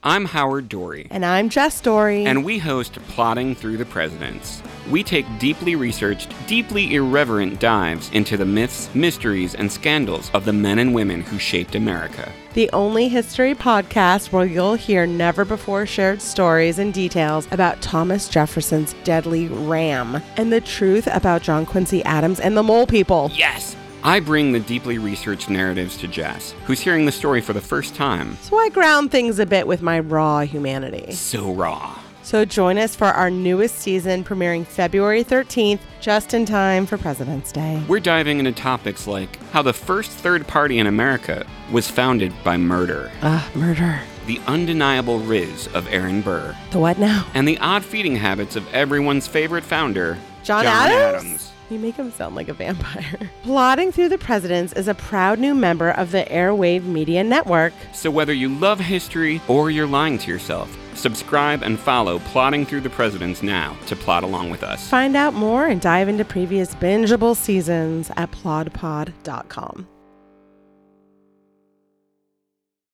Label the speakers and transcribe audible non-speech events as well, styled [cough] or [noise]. Speaker 1: I'm Howard Dory,
Speaker 2: And I'm Jess Dory.
Speaker 1: and we host Plotting Through the Presidents. We take deeply researched, deeply irreverent dives into the myths, mysteries, and scandals of the men and women who shaped America.
Speaker 2: the only history podcast where you'll hear never before shared stories and details about Thomas Jefferson's deadly ram and the truth about John Quincy Adams and the mole people.
Speaker 1: Yes! I bring the deeply researched narratives to Jess, who's hearing the story for the first time.
Speaker 2: So I ground things a bit with my raw humanity.
Speaker 1: So raw.
Speaker 2: So join us for our newest season premiering February 13th, just in time for President's Day.
Speaker 1: We're diving into topics like how the first third party in America was founded by murder,
Speaker 2: Ah, murder.
Speaker 1: the undeniable riz of Aaron Burr,
Speaker 2: The what now?
Speaker 1: and the odd feeding habits of everyone's favorite founder,
Speaker 2: John, Adams? You make him sound like a vampire. [laughs] Plotting Through the Presidents is a proud new member of the Airwave Media Network.
Speaker 1: So whether you love history or you're lying to yourself, subscribe and follow Plotting Through the Presidents now to plot along with us.
Speaker 2: Find out more and dive into previous bingeable seasons at plodpod.com.